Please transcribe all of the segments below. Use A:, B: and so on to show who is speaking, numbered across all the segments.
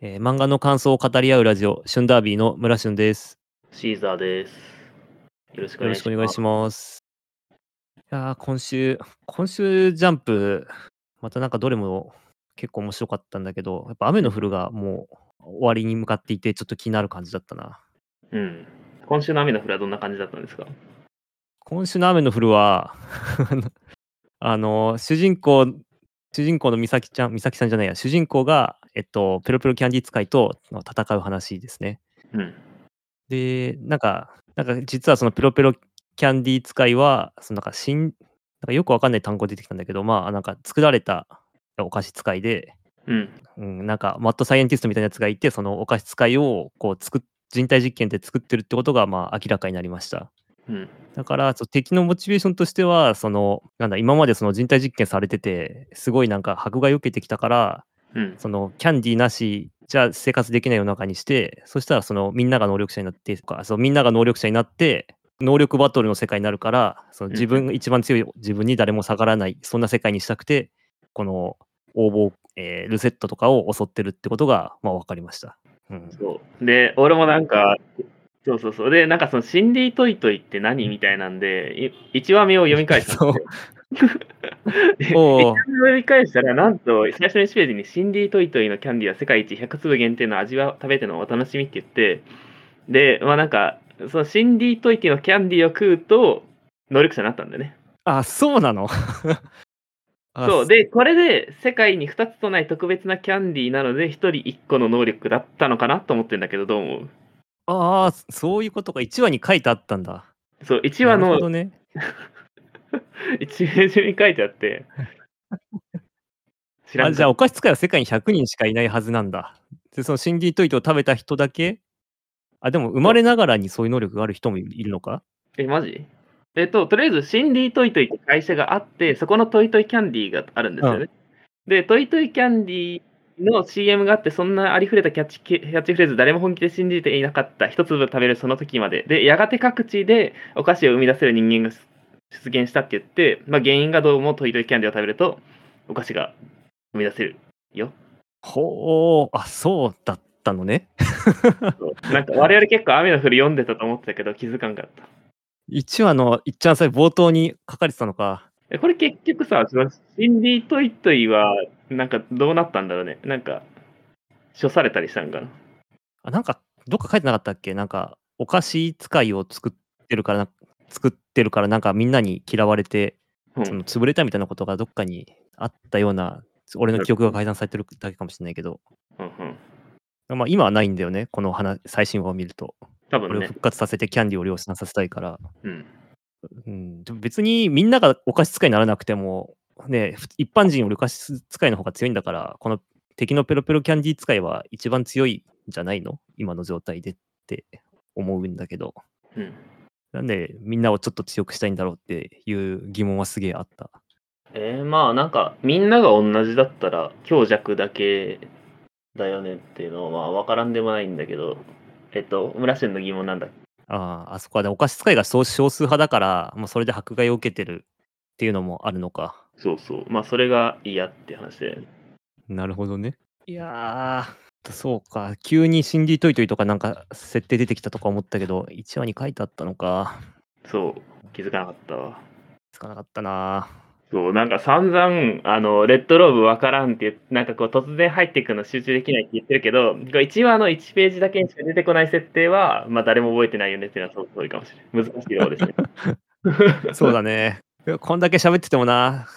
A: えー漫画の感想を語り合うラジオ、シュンダービーの村俊です。
B: シーザーです。よろしくお
A: よ
B: 願
A: ろ
B: い
A: し
B: し
A: く
B: ます。
A: お願いします。いやー今週、今週ジャンプ、またなんかどれも結構面白かったんだけど、やっぱ雨の降るがもう終わりに向かっていて、ちょっと気になる感じだったな。
B: うん。今週の雨の降りはどんな感じだったんですか
A: 今週の雨の降るは、 あの、主人公、主人公の美咲ちゃん、美咲さんじゃないや、主人公が、えっと、ペロペロキャンディー使いとの戦う話ですね。
B: うん。
A: で、なんか、なんか実はそのペロペロキャンディー使いは、そのなんか新、なんかよくわかんない単語出てきたんだけど、まあなんか作られたお菓子使いで、
B: うん。
A: うん、なんかマッドサイエンティストみたいなやつがいて、そのお菓子使いをこう作っ人体実験で作ってるってことがまあ明らかになりました。
B: うん。
A: だからそう敵のモチベーションとしてはそのなんだ今までその人体実験されててすごいなんか迫害を受けてきたから
B: うん。
A: そのキャンディーなしじゃ生活できない世の中にしてそしたらそのみんなが能力者になってとかそうみんなが能力者になって能力バトルの世界になるからその自
B: うん
A: 分が一番強い自分に誰も下がらないそんな世界にしたくてこの応募、えールセットとかを襲ってるってことがまあ分かりました。うん、
B: そう。で、俺もなんか、そうそうそう。で、なんかその心理トイトイって何みたいなんで、1話目を読み返したんですよ。で
A: おう
B: 一番読み返したら、なんと、最初の1ページに、シンディートイトイのキャンディーは世界一100粒限定の味は食べてのお楽しみって言って、で、まあなんか、そのシンディートイトイのキャンディーを食うと、能力者になったんだよね。
A: あそうなの あ
B: そう、で、これで世界に2つとない特別なキャンディーなので、1人1個の能力だったのかなと思ってんだけど、どう思う
A: ああ、そういうことか。1話に書いてあったんだ。
B: そう、1話
A: なる
B: の
A: ほどね。
B: 1ページに書いて あって、知ら
A: あ
B: ん
A: じゃあ、
B: かっ
A: お菓子使いは世界に100人しかいないはずなんだ。で、そのシンディートイトを食べた人だけあ、でも生まれながらにそういう能力がある人もいるのか
B: たえ、マジえっと、とりあえず、シンディトイトイって会社があって、そこのトイトイキャンディーがあるんですよね。で、トイトイキャンディーの CM があって、そんなありふれたキャッチキャッチフレーズ、誰も本気で信じていなかった、一粒食べるその時まで。で、やがて各地でお菓子を生み出せる人間が出現したって言って、まあ、原因がどうもトイトイキャンディーを食べると、お菓子が生み出せる。
A: ほう、あ、そうだったのね。
B: そうなんか、我々結構雨の降る読んでたと思ってたけど、気づかんかった。
A: 1話のいっちゃんさえ冒頭に書かれてたのか。
B: えこれ結局さ、そのシンディトイトイは、なんかどうなったんだろうね。なんか、処されたりしたんかな。
A: あ、なんか、どっか書いてなかったっけなんか、お菓子使いを作ってるからな、作ってるから、なんかみんなに嫌われて、
B: うん
A: その潰れたみたいなことがどっかにあったような、俺の記憶が改ざんされてるだけかもしれないけど。
B: うんうん。
A: まあ今はないんだよね、この話最新話を見ると。
B: 多
A: こ
B: 分
A: れを
B: ね。
A: 復活させてキャンディーを量産させたいから。
B: うん。
A: うん、でも別にみんながお菓子使いにならなくても、ね、ふ一般人よりお菓子使いの方が強いんだから、この敵のペロペロキャンディー使いは一番強いんじゃないの今の状態でって思うんだけど。
B: うん。
A: なんでみんなをちょっと強くしたいんだろうっていう疑問はすげえあった。
B: えー、まあなんか、みんなが同じだったら、強弱だけだよねっていうのは、まあ分からんでもないんだけど、えっと、村瀬の疑問なんだっけ
A: ああ、あそこはね、お菓子使いが少少数派だから、まあ、それで迫害を受けてるっていうのもあるのか。
B: そうそう。まあそれが嫌って話で。
A: なるほどね。いやー、そうか。急にシンディトイトイとかなんか設定出てきたとか思ったけど、1話に書いてあったのか。
B: そう。気づかなかったわ。
A: つかなかった な
B: そう、なんか散々、あの、レッドローブわからんって言って、なんかこう突然入っていくの集中できないって言ってるけど、1話の1ページだけにしか出てこない設定は、まあ誰も覚えてないよねっていうのはそうそうかもしれない。難しいようですね。
A: ー。そうだね。いやこんだけ喋っててもな、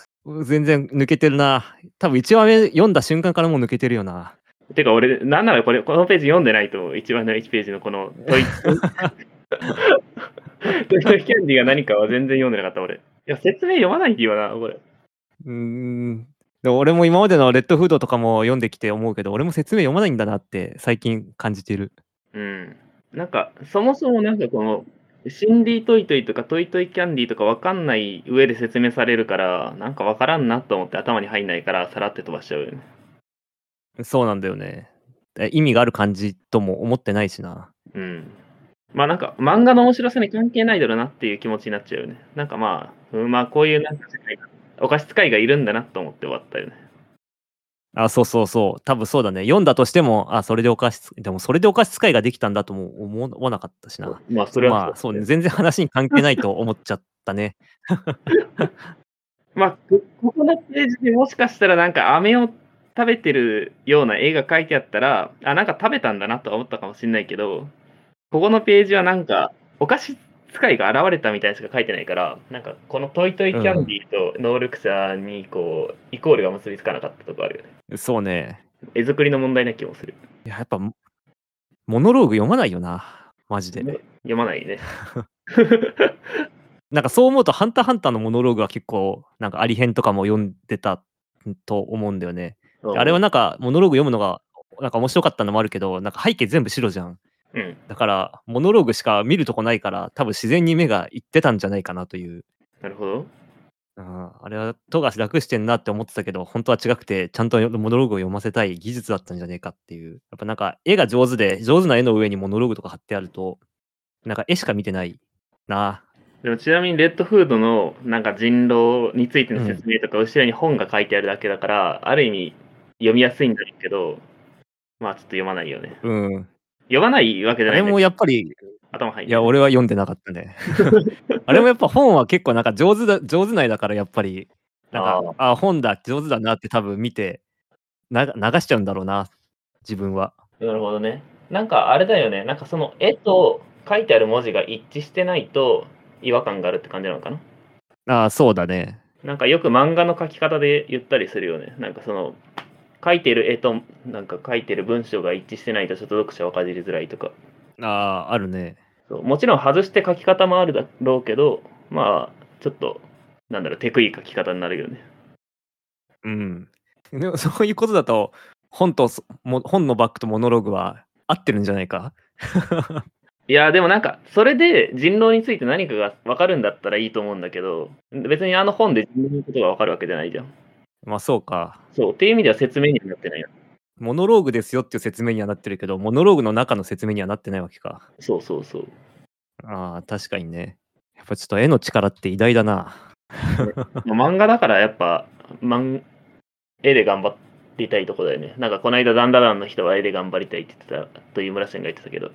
A: 全然抜けてるな。多分1話目読んだ瞬間からもう抜けてるよな。
B: てか俺、なんならこれ、このページ読んでないと思う、1話の1ページのこの問い、問いのキャンディが何かは全然読んでなかった俺。いや、説明読まないって言うよな、これ。
A: うーん。でも俺も今までのレッドフードとかも読んできて思うけど、俺も説明読まないんだなって最近感じてる。
B: うん。なんか、そもそもなんかこの、シンディトイトイとかトイトイキャンディーとかわかんない上で説明されるから、なんかわからんなと思って頭に入んないから、さらって飛ばしちゃうよね。
A: そうなんだよね。え意味がある感じとも思ってないしな。
B: うん。まあなんか、漫画の面白さに関係ないだろうなっていう気持ちになっちゃうよね。なんかまあ、うん、まあこういうなんか世界が、お菓子使いがいるんだなと思って終わったよね。
A: あ、そうそうそう。多分そうだね。読んだとしても、あ、それでお菓子つ、でもそれでお菓子使いができたんだとも思わなかったしな。
B: まあ、それは
A: まあ、そうね。全然話に関係ないと思っちゃったね。
B: まあ、こここのページでもしかしたらなんか飴を食べてるような絵が書いてあったら、あ、なんか食べたんだなとは思ったかもしれないけど、ここのページはなんか、お菓子使いが現れたみたいなしか書いてないから、なんかこのトイトイキャンディーと能力者にこう、イコールが結びつかなかったとこあるよね。
A: そうね。
B: 絵作りの問題な気もする。
A: いや、やっぱ、モノローグ読まないよな。マジで。
B: 読まないね。
A: なんかそう思うと、ハンターハンターのモノローグは結構、なんかありへんとかも読んでたと思うんだよね。 あれはなんか、モノローグ読むのが、なんか面白かったのもあるけど、なんか背景全部白じゃん。
B: うん、
A: だから、モノローグしか見るとこないから、多分自然に目がいってたんじゃないかなという。
B: なるほど。
A: うんあれは、富樫楽してんなって思ってたけど、本当は違くて、ちゃんとモノローグを読ませたい技術だったんじゃねえかっていう。やっぱなんか、絵が上手で、上手な絵の上にモノローグとか貼ってあると、なんか絵しか見てないな。
B: でもちなみにレッドフードのなんか人狼についての説明とか後ろに本が書いてあるだけだから、ある意味読みやすいんだろうけどまあちょっと読まないよね
A: うん。
B: 読まないわけ
A: あ
B: じゃな
A: れ
B: い、
A: も
B: ね、
A: やっぱり、
B: 頭入っ
A: い
B: て
A: や、俺は読んでなかった ね。あれもやっぱ本は結構なんか上手だ、上手ないだからやっぱり、なんか、あ本だ、上手だなって多分見て、な流しちゃうんだろうな、自分は。
B: なるほどねなんかあれだよねなんかその絵と書いてある文字が一致してないと違和感があるって感じなのかな
A: ああ、そうだね。
B: なんかよく漫画の書き方で言ったりするよねなんかその書いてる絵となんか書いてる文章が一致してないとちょっと読者分かりづらいとか
A: ああ、あるね。
B: そうもちろん外して書き方もあるだろうけどまあちょっとなんだろう手食い書き方になるよね
A: うん。でも そういうことだと、本とそも本のバックとモノローグは合ってるんじゃないか
B: いやでもなんかそれで人狼について何かが分かるんだったらいいと思うんだけど別にあの本で人狼のことが分かるわけじゃないじゃん
A: まあそうか。
B: そうっていう意味では説明にはなってないよ
A: モノローグですよっていう説明にはなってるけど、モノローグの中の説明にはなってないわけか。
B: そうそうそう
A: ああ、確かにね。やっぱちょっと絵の力って偉大だな。
B: まあ漫画だからやっぱ漫絵で頑張りたいとこだよねなんかこの間ダンダダンの人は絵で頑張りたいって言ってたという村さんが言ってたけど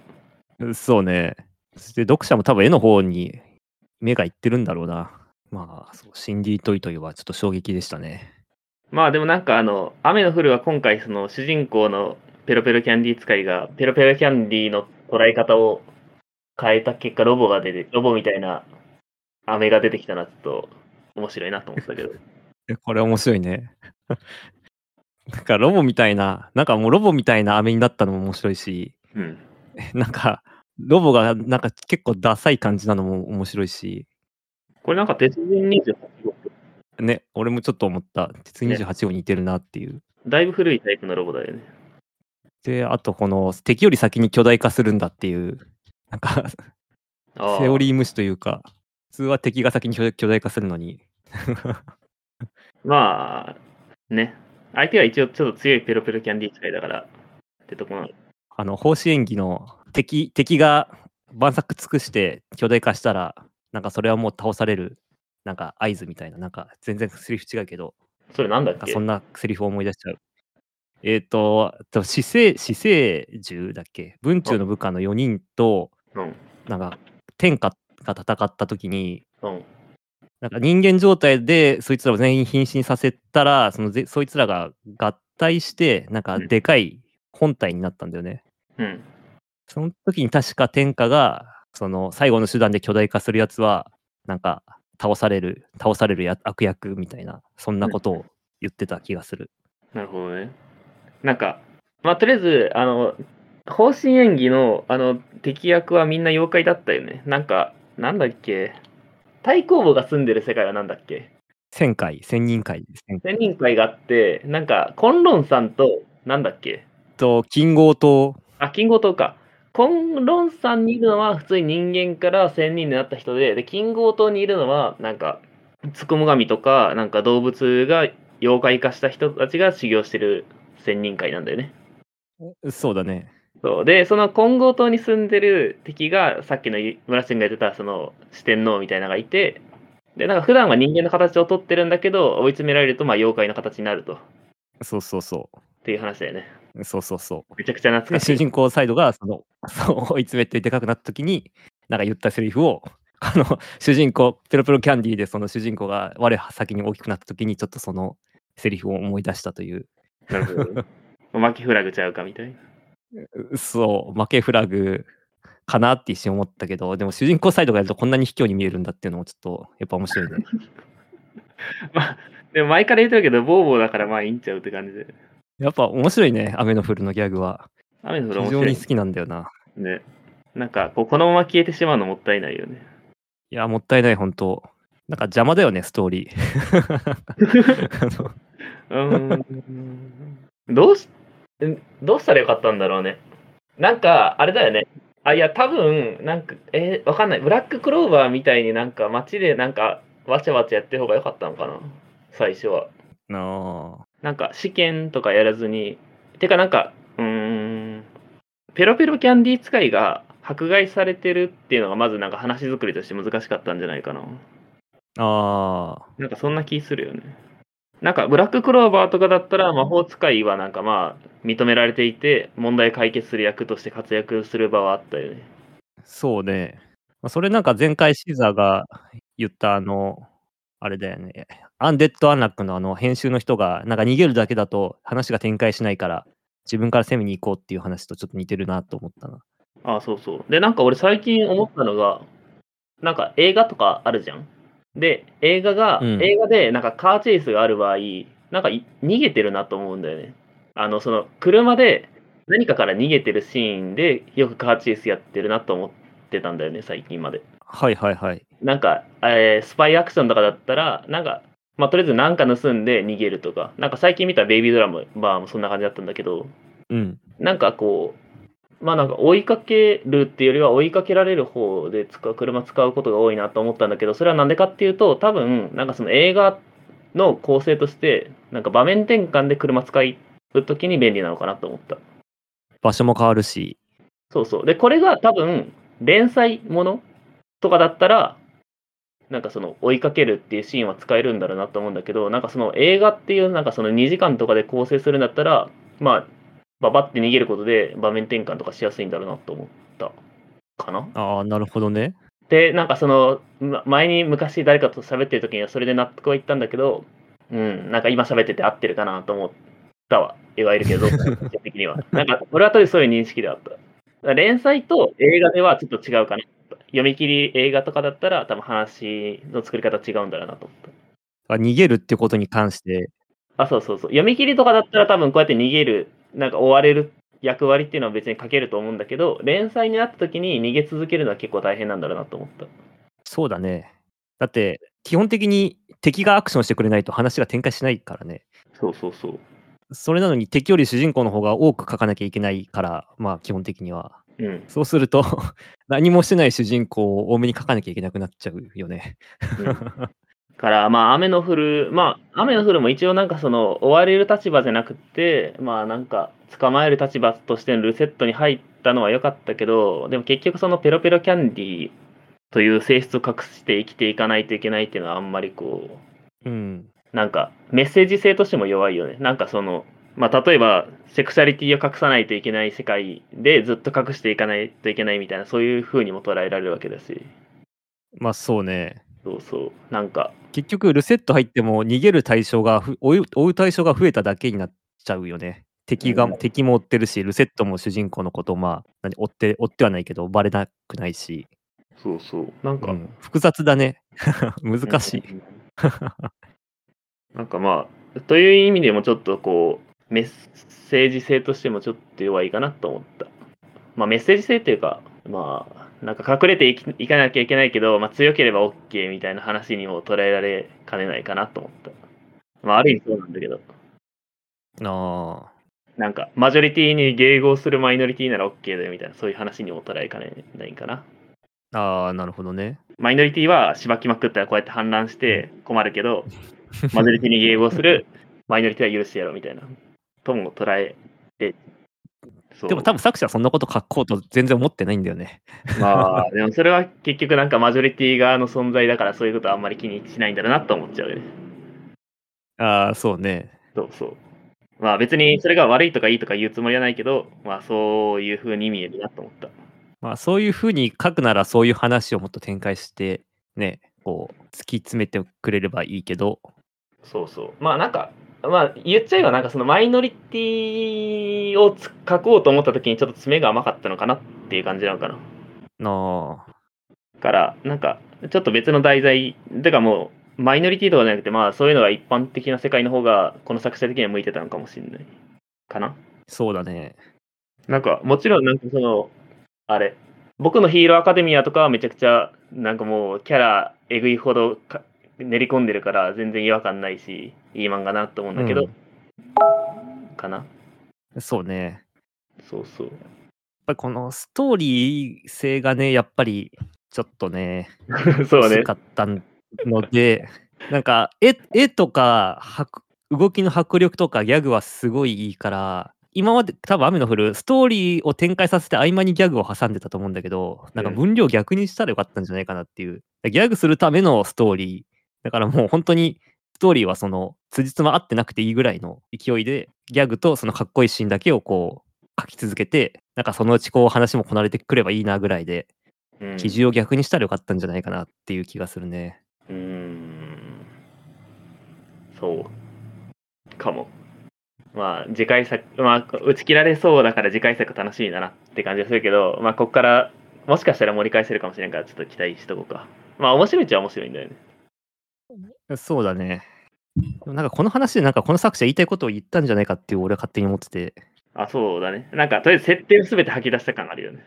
A: そうね。そして読者も多分絵の方に目がいってるんだろうな。まあ、そうシンディ・トイトイはちょっと衝撃でしたね。
B: まあでもなんかあの「雨の降る」は今回その主人公のペロペロキャンディー使いがペロペロキャンディーの捉え方を変えた結果ロボが出てロボみたいな飴が出てきたなちょっと面白いなと思ってたけど
A: えこれ面白いね。 なんかロボみたいな、なんかもうロボみたいな飴になったのも面白いし、
B: うん
A: なんか、ロボがなんか結構ダサい感じなのも面白いし、
B: これなんか鉄人28号
A: ね、俺もちょっと思った。鉄
B: ね
A: 28号に似てるなっていう。
B: だいぶ古いタイプのロボだよね
A: で、あとこの敵より先に巨大化するんだっていう、なんか、
B: あ
A: セオ
B: ー
A: リー無視というか、普通は敵が先に巨巨大化するのに、
B: まあね相手が一応ちょっと強いペロペロキャンディー使いだからってとこなの
A: あの、奉仕演技の敵、敵が万策尽くして巨大化したら、なんかそれはもう倒される、なんか合図みたいな、なんか全然セリフ違うけど、
B: それなんだっ
A: なんか
B: け
A: そんなセリフを思い出しちゃう。えっ、と、あと死生、死生獣だっけ文中の部下の4人と、
B: うん
A: なんか天下が戦った時に、
B: うん
A: なんか人間状態でそいつらを全員瀕死にさせたら、そのぜそいつらが合体して、なんかでかい本体になったんだよね。
B: うん
A: その時に確か天下が、その最後の手段で巨大化するやつは、なんか倒される、倒されるや悪役みたいな、そんなことを言ってた気がする。
B: なるほどね。なんか、まあ、とりあえず、あの、方針演技の、あの、敵役はみんな妖怪だったよね。なんか、なんだっけ。太公母が住んでる世界はなんだっけ
A: 1000回、1000人会、1000
B: 千人会があって、なんか、コンロンさんと、なんだっけ
A: と、金剛と、
B: あ、金剛島か。コンロンさんにいるのは普通に人間から千人になった人で、で、金剛島にいるのは、なんか、つくも神とか、なんか動物が妖怪化した人たちが修行してる千人会なんだよね。
A: そうだね。
B: そうでその金剛島に住んでる敵がさっきの村瀬が言ってたその四天王みたいなのがいてでなんか普段は人間の形をとってるんだけど追い詰められるとまあ妖怪の形になると
A: そうそうそ
B: っていう話だよね。
A: う。そうそうそ
B: めちゃくちゃ
A: う。で
B: 懐かし
A: 主
B: い。
A: 人公サイドがそのそう追い詰めてでかくなった時になんか言ったセリフをあの主人公ペロペロキャンディーでその主人公が我先に大きくなった時にちょっとそのセリフを思い出したという
B: なるほどね。おまけフラグちゃうかみたいな。
A: そう負けフラグかなって一瞬思ったけどでも主人公サイドがやるとこんなに卑怯に見えるんだっていうのもちょっとやっぱ面白いね。
B: まあ、でも前から言ってるけど、ボーボーだからまあいいんちゃうって感じで。
A: やっぱ面白いね雨の降るのギャグは
B: 雨の降
A: 非
B: る面
A: 常
B: 白
A: に
B: い
A: 好きなんだよな。
B: ね。なんかこう、このまま消えてしまうのもったいないよね。
A: いやもったいない本当なんか邪魔だよねストーリー。あの
B: うーん。どうし、んどうしたらよかったんだろうね。なんか、あれだよね。あ、いや、多分、なんか、えーわかんない。ブラッククローバーみたいになんか街でなんか、わちゃわちゃやってる方が良かったのかな。最初は。
A: なあ
B: なんか試験とかやらずに、てかなんか、うーん、ペロペロキャンディー使いが迫害されてるっていうのが、まずなんか話作りとして難しかったんじゃないかな。
A: ああ、
B: なんかそんな気するよね。なんかブラッククローバーとかだったら魔法使いはなんかまあ認められていて問題解決する役として活躍する場はあったよね。
A: そうね。まあそれなんか前回シーザーが言ったあの、あれだよね。アンデッド・アンラックのあの編集の人が、なんか逃げるだけだと話が展開しないから、自分から攻めに行こうっていう話とちょっと似てるなと思ったな。
B: ああそうそう。でなんか俺最近思ったのがなんか映画とかあるじゃん。で映画が、
A: うん
B: 映画でなんかカーチェイスがある場合なんかい逃げてるなと思うんだよね。あのその車で何かから逃げてるシーンでよくカーチェイスやってるなと思ってたんだよね最近まで。
A: はいはいはい。
B: なんか、えースパイアクションとかだったら、なんか、まあ、とりあえず何か盗んで逃げるとか、なんか最近見たベイビードラマバーもそんな感じだったんだけど、
A: うん。
B: なんかこう、まあなんか追いかけるっていうよりは追いかけられる方で使う車使うことが多いなと思ったんだけど、それはなんでかっていうと、多分、なんかその映画の構成として、なんか場面転換で車使うときに便利なのかなと思った。
A: 場所も変わるし。
B: そうそう。で、これが多分、連載ものとかだったら、なんかその追いかけるっていうシーンは使えるんだろうなと思うんだけど、なんかその映画っていう、なんかその2時間とかで構成するんだったら、まあ、ババって逃げることで場面転換とかしやすいんだろうなと思ったかな。
A: ああ、なるほどね。
B: で、なんかその、ま前に昔誰かと喋ってる時にはそれで納得はいったんだけど、うん、なんか今喋ってて合ってるかなと思ったわ、いわゆるけ ど、個人的には。なんか、俺はとりあえずそういう認識であった。だから連載と映画ではちょっと違うかな。読み切り映画とかだったら、多分話の作り方違うんだろうなと思っ
A: あ逃げるってことに関して、
B: た。あ、そうそうそう。読み切りとかだったら、多分こうやって逃げる、なんか追われる役割っていうのは別に書けると思うんだけど、連載になった時に逃げ続けるのは結構大変なんだろうなと思った。
A: そうだね。だって、基本的に敵がアクションしてくれないと話が展開しないからね。
B: そうそうそう。
A: それなのに敵より主人公の方が多く書かなきゃいけないから、まあ基本的には。
B: うん。
A: そうすると、 何もしてない主人公を多めに書かなきゃいけなくなっちゃうよね。
B: うんから、まあ、雨の降る、まあ、雨の降るも一応なんかその、追われる立場じゃなくて、まあなんか、捕まえる立場としてのルセットに入ったのは良かったけど、でも結局そのペロペロキャンディーという性質を隠して生きていかないといけないっていうのはあんまりこう、
A: うん。
B: なんかメッセージ性としても弱いよね。なんかその、まあ、例えばセクシャリティを隠さないといけない世界でずっと隠していかないといけないみたいな、そういう風にも捉えられるわけだし、
A: まあそうね。
B: そうそう、なんか、
A: 結局、ルセット入っても逃げる対象がふ追う、追う対象が増えただけになっちゃうよね。敵が、
B: うん
A: 敵も追ってるし、ルセットも主人公のことを、まあ、何追って、追ってはないけど、バレなくないし、
B: そうそう、なんか、
A: うん複雑だね。 難しい。
B: うん。 なんかまあ、という意味でもちょっとこう、メッセージ性としてもちょっと弱いかなと思った。まあメッセージ性というか、まあ、なんか隠れていきいかなきゃいけないけど、まあ強ければ OK みたいな話にも捉えられかねないかなと思った。まあある意味そうなんだけど、
A: ああ。
B: なんかマジョリティに迎合するマイノリティなら OK だよみたいな、そういう話にも捉えかねないかな。
A: ああ、なるほどね。
B: マイノリティはしばきまくったらこうやって反乱して困るけど、マジョリティに迎合 するマイノリティは許してやろうみたいな。とも捉えて、そう
A: でも多分作者はそんなこと書こうと全然思ってないんだよね。
B: まあ、でもそれは結局なんかマジョリティ側の存在だからそういうことはあんまり気にしないんだろうなと思っちゃうよね。
A: ああ、そうね。
B: そうそう。まあ別にそれが悪いとかいいとか言うつもりはないけど、まあそういう風に意味えるなと思った。
A: まあ、そういうふうに書くならそういう話をもっと展開して、ね、こう、突き詰めてくれればいいけど、
B: そうそう。まあなんか、まあ言っちゃえばなんかそのマイノリティをつ書こうと思った時にちょっと爪が甘かったのかなっていう感じなのかな。
A: なあ
B: から、なんかちょっと別の題材、てかもうマイノリティとかじゃなくて、まあそういうのが一般的な世界の方がこの作者的には向いてたのかもしれない。かな。
A: そうだね。
B: なんかもちろんなんかそのあれ僕のヒーローアカデミアとかはめちゃくちゃなんかもうキャラえぐいほどか練り込んでるから全然違和感ないしいい漫画なと思うんだけど、かな
A: そうね。
B: そうそう
A: やっぱりこのストーリー性がね、やっぱりちょっとね、
B: そうね
A: 薄かったので、 なんか絵絵とか迫動きの迫力とかギャグはすごいいいから、今まで多分雨の降るストーリーを展開させて合間にギャグを挟んでたと思うんだけど、なんか
B: うん
A: 分量逆にしたらよかったんじゃないかなっていう。ギャグするためのストーリー。だからもう本当にストーリーはその辻褄合ってなくていいぐらいの勢いでギャグとそのかっこいいシーンだけをこう書き続けてなんかそのうちこう話もこなれてくればいいなぐらいで
B: うん
A: 基準を逆にしたらよかったんじゃないかなっていう気がするね。
B: うーんそうかもまあ次回作まあ打ち切られそうだから次回作楽しみだなって感じがするけどまあここからもしかしたら盛り返せるかもしれんからちょっと期待しとこうかまあ面白いっちゃ面白いんだよね
A: そうだね。でもなんかこの話でなんかこの作者言いたいことを言ったんじゃないかっていう俺は勝手に思ってて
B: あ、そうだね。なんか、とりあえず設定を全て吐き出した感あるよね。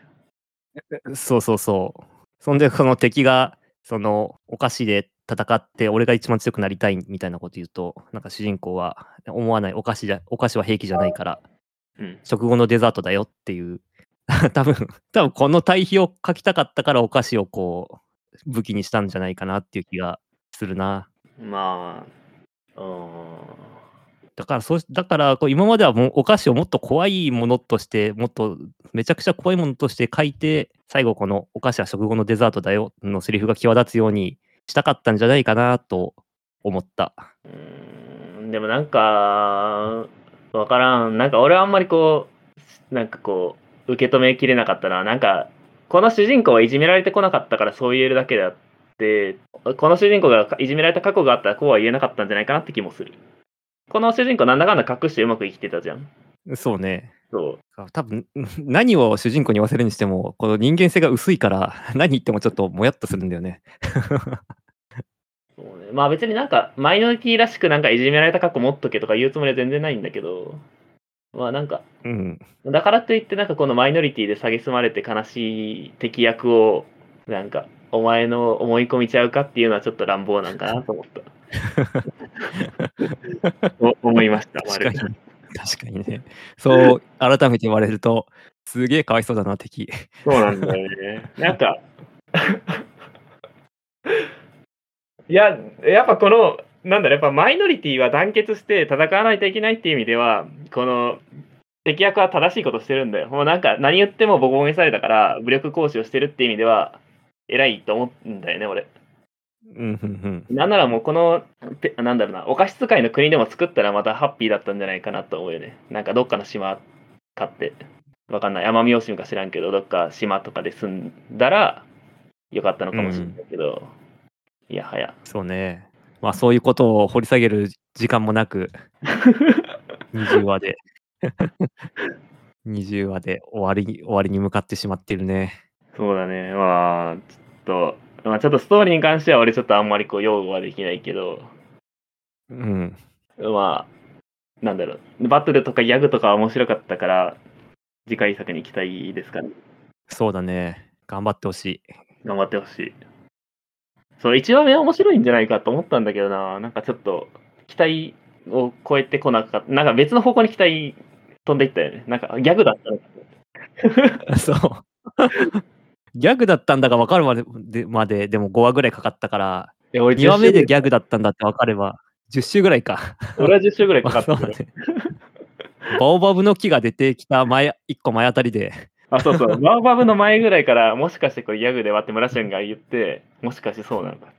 A: そうそうそうそんでその敵がそのお菓子で戦って俺が一番強くなりたいみたいなこと言うとなんか主人公は思わないお菓子じゃお菓子は兵器じゃないから
B: うん。
A: 食後のデザートだよっていう 多分多分この対比を書きたかったからお菓子をこう武器にしたんじゃないかなっていう気がするな
B: まあ、うーん。
A: だからそうしだからこう今まではもうお菓子をもっと怖いものとしてもっとめちゃくちゃ怖いものとして書いて最後この「お菓子は食後のデザートだよ」のセリフが際立つようにしたかったんじゃないかなと思った
B: うーんでもなんか、わからん。なんか俺はあんまりこう、なんかこう、受け止めきれなかったな。なんか、この主人公はいじめられてこなかったからそう言えるだけであって、この主人公がいじめられた過去があったらこうは言えなかったんじゃないかなって気もする。この主人公なんだかんだ隠してうまく生きてたじゃん。
A: そうね
B: そう。
A: 多分ん何を主人公に言わせるにしてもこの人間性が薄いから 何言ってもちょっともやっとするんだよね
B: そうね、まあ別になんかマイノリティらしくなんかいじめられた過去持っとけとか言うつもりは全然ないんだけどまあなんか
A: うん
B: だからといってなんかこのマイノリティで蔑まれて悲しい敵役をなんかお前の思い込みちゃうかっていうのはちょっと乱暴なんかなと思ったお思いました
A: 確かに確かにねそう改めて言われるとすげえかわいそうだな敵
B: そうなんだよね。なんか、いや、やっぱこの、なんだろう、やっぱマイノリティは団結して戦わないといけないっていう意味では、この、敵役は正しいことしてるんだよ。もうなんか、何言ってもボコボコにされたから、武力行使をしてるっていう意味では、偉いと思うんだよね、俺。
A: うんうんうん
B: なんならもうこの、てなんだろうな、お菓子使いの国でも作ったらまたハッピーだったんじゃないかなと思うよね。なんかどっかの島買って、わかんない、奄美大島か知らんけど、どっか島とかで住んだらよかったのかもしれないけど、いやはや。
A: そうね。まあそういうことを掘り下げる時間もな く、20話で、20話で終わりに、終わりに向かってしまっているね。
B: そうだね、まあ、ちょっと、まあちょっとストーリーに関しては俺ちょっとあんまりこう擁護はできないけど、
A: うん。
B: まあ、なんだろう、バトルとかギャグとかは面白かったから、次回作に期待ですかね。
A: そうだね。頑張ってほしい。
B: 頑張ってほしい。そう、1話目は面白いんじゃないかと思ったんだけどな、なんかちょっと、期待を超えてこなかった。なんか別の方向に期待飛んでいったよね。なんかギャグだったのか
A: そう。 ギャグだったんだが分かるまででまで、でも5話ぐらいかかったから、
B: な。俺
A: 2話目でギャグだったんだって分かれば、10週ぐらいか。
B: 俺は10週ぐら いかかっ
A: そ
B: た
A: うだ
B: ね。
A: ね。バオバブの木が出てきた前、1個前あたりで、
B: あ、そうそう。バーバブの前ぐらいから、もしかしてこれギャグで割って村ンが言って、もしかしてそうなのか。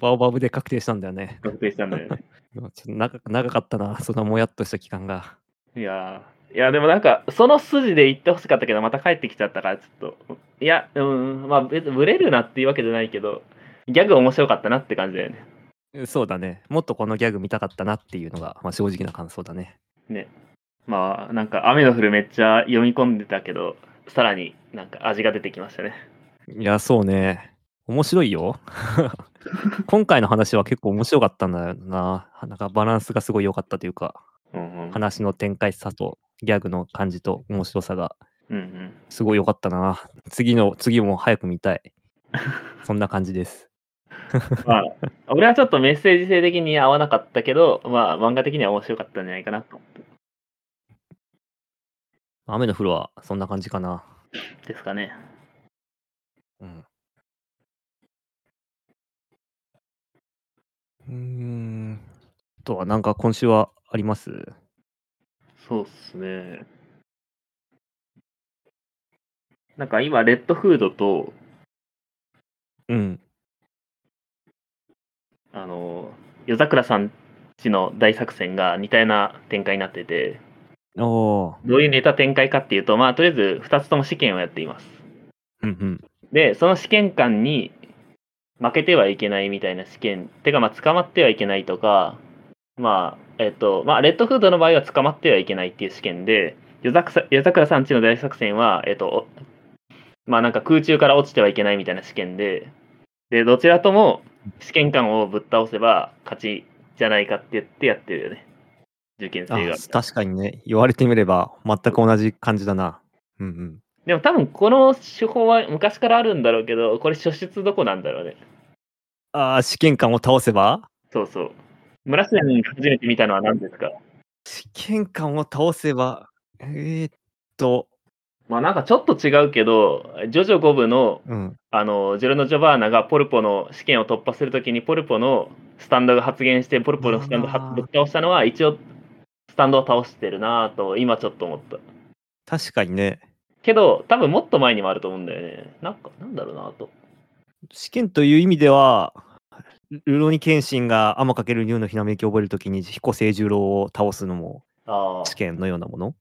A: バオバブで確定したんだよね。
B: 確定したんだよね。
A: ちょっと長長かったな、そんなもやっとした期間が。
B: いやーいや、でもなんか、その筋で行ってほしかったけど、また帰ってきちゃったから、ちょっと。いや、うん、まあ、別にブレるなっていうわけじゃないけど、ギャグ面白かったなって感じだよね。
A: そうだね。もっとこのギャグ見たかったなっていうのが、まあ、正直な感想だね。
B: ね。まあ、なんか、雨の降るめっちゃ読み込んでたけど、さらになんか味が出てきましたね。
A: いや、そうね。面白いよ。今回の話は結構面白かったんだよな。なんかバランスがすごい良かったというか、
B: うんうん。
A: 話の展開さとギャグの感じと面白さが
B: うんうん、
A: すごい良かったな。次の、次も早く見たい。そんな感じです。
B: まあ、俺はちょっとメッセージ性的に合わなかったけど、まあ、漫画的には面白かったんじゃないかなと思っ
A: 雨の降るはそんな感じかな。
B: てですかね。
A: うん。うーん。あとはなんか今週はあります
B: そうっすね。なんか今、レッドフードと、
A: うん。
B: あの、夜桜さんちの大作戦が似たような展開になってて、
A: おお。
B: どういうネタ展開かっていうと、まあ、とりあえず2つとも試験をやっています。
A: うんうん。
B: で、その試験官に負けてはいけないみたいな試験、てか、まあ、捕まってはいけないとか、まあ、えっと、まあ、レッドフードの場合は捕まってはいけないっていう試験で、夜桜夜桜さんちの大作戦は、えっと、おまあ、なんか空中から落ちてはいけないみたいな試験で、で、どちらとも試験官をぶっ倒せば勝ちじゃないかって言ってやってるよね。受験
A: あ
B: 生が。
A: 確かにね、言われてみれば全く同じ感じだな。うんうん。
B: でも多分この手法は昔からあるんだろうけど、これ初出どこなんだろうね。
A: ああ、試験官を倒せば
B: そうそう。村瀬に初めて見たのは何ですか
A: 試験官を倒せば、えー、っと、
B: まあなんかちょっと違うけど、ジョジョ5部の、
A: うん。
B: あの、ジェルノ・ジョバーナがポルポの試験を突破するときに、ポルポのスタンドが発言して、ポルポのスタンド
A: あ
B: は
A: ー
B: ぶっ倒したのは、一応、スタンドを倒してるなぁと、今ちょっと思った。
A: 確かにね、
B: けど、多分もっと前にもあると思うんだよね。なんか、なんだろうなぁと。
A: 試験という意味では、ルロニケンシンが天かける竜のひらめきを覚えるときに彦星十郎を倒すのも
B: ああ。
A: 試験のようなもの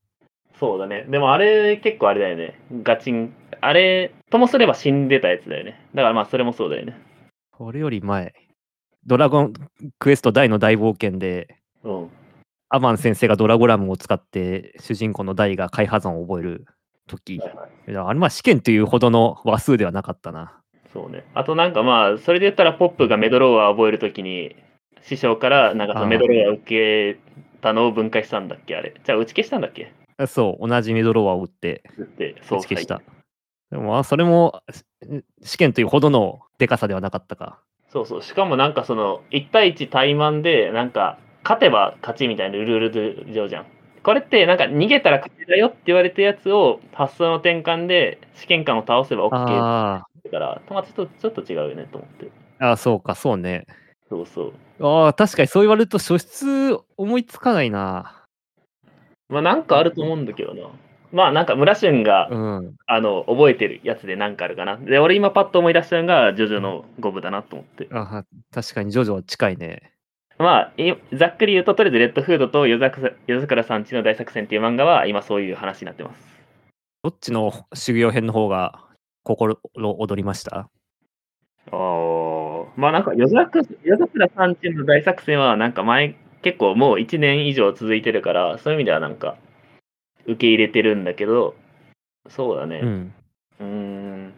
B: そうだね。でもあれ結構あれだよね。ガチン。あれ、ともすれば死んでたやつだよね。だからまあそれもそうだよね。
A: これより前、ドラゴンクエスト大の大冒険で、
B: うん。
A: アマン先生がドラゴラムを使って主人公のダイが開破山を覚えるとき、
B: はいはい
A: いやあれまあ試験というほどの話数ではなかったな。
B: そうね。あとなんかまあ、それで言ったらポップがメドローアを覚えるときに、師匠からなんかそ
A: あ
B: の
A: ー
B: メドローアを受けたのを分解したんだっけあれ。じゃあ打ち消したんだっけ
A: そう、同じミドロワーを打って
B: 打って、そ
A: 打
B: う
A: ち消した。でもまあそれもし試験というほどのでかさではなかったか。
B: そうそう。しかもなんかその、1対1対マンで、なんか、勝てば勝ちみたいなルール上じゃん。これって、なんか逃げたら勝ちだよって言われたやつを、発想の転換で試験官を倒せば OK
A: あ
B: だから、まあ、ちょっとちょっと違うよねと思って。
A: ーあー、そうか、そうね。
B: そうそう。
A: ああ、確かにそう言われると初出思いつかないな。
B: まあ、なんかあると思うんだけどな。まあ、なんか村俊が、
A: うん。
B: あの覚えてるやつでなんかあるかな。で、俺今パッと思い出したのが、ジョジョの五部だなと思って。
A: あは確かにジョジョは近いね。
B: まあ、いざっくり言うと、とりあえず、レッドフードと夜桜夜桜さんちの大作戦っていう漫画は、今そういう話になってます。
A: どっちの修行編の方が心躍りました
B: あーまあ、なんか夜桜、夜桜さんちの大作戦は、なんか前、結構もう1年以上続いてるから、そういう意味ではなんか、受け入れてるんだけど、そうだね。
A: うん。
B: うーん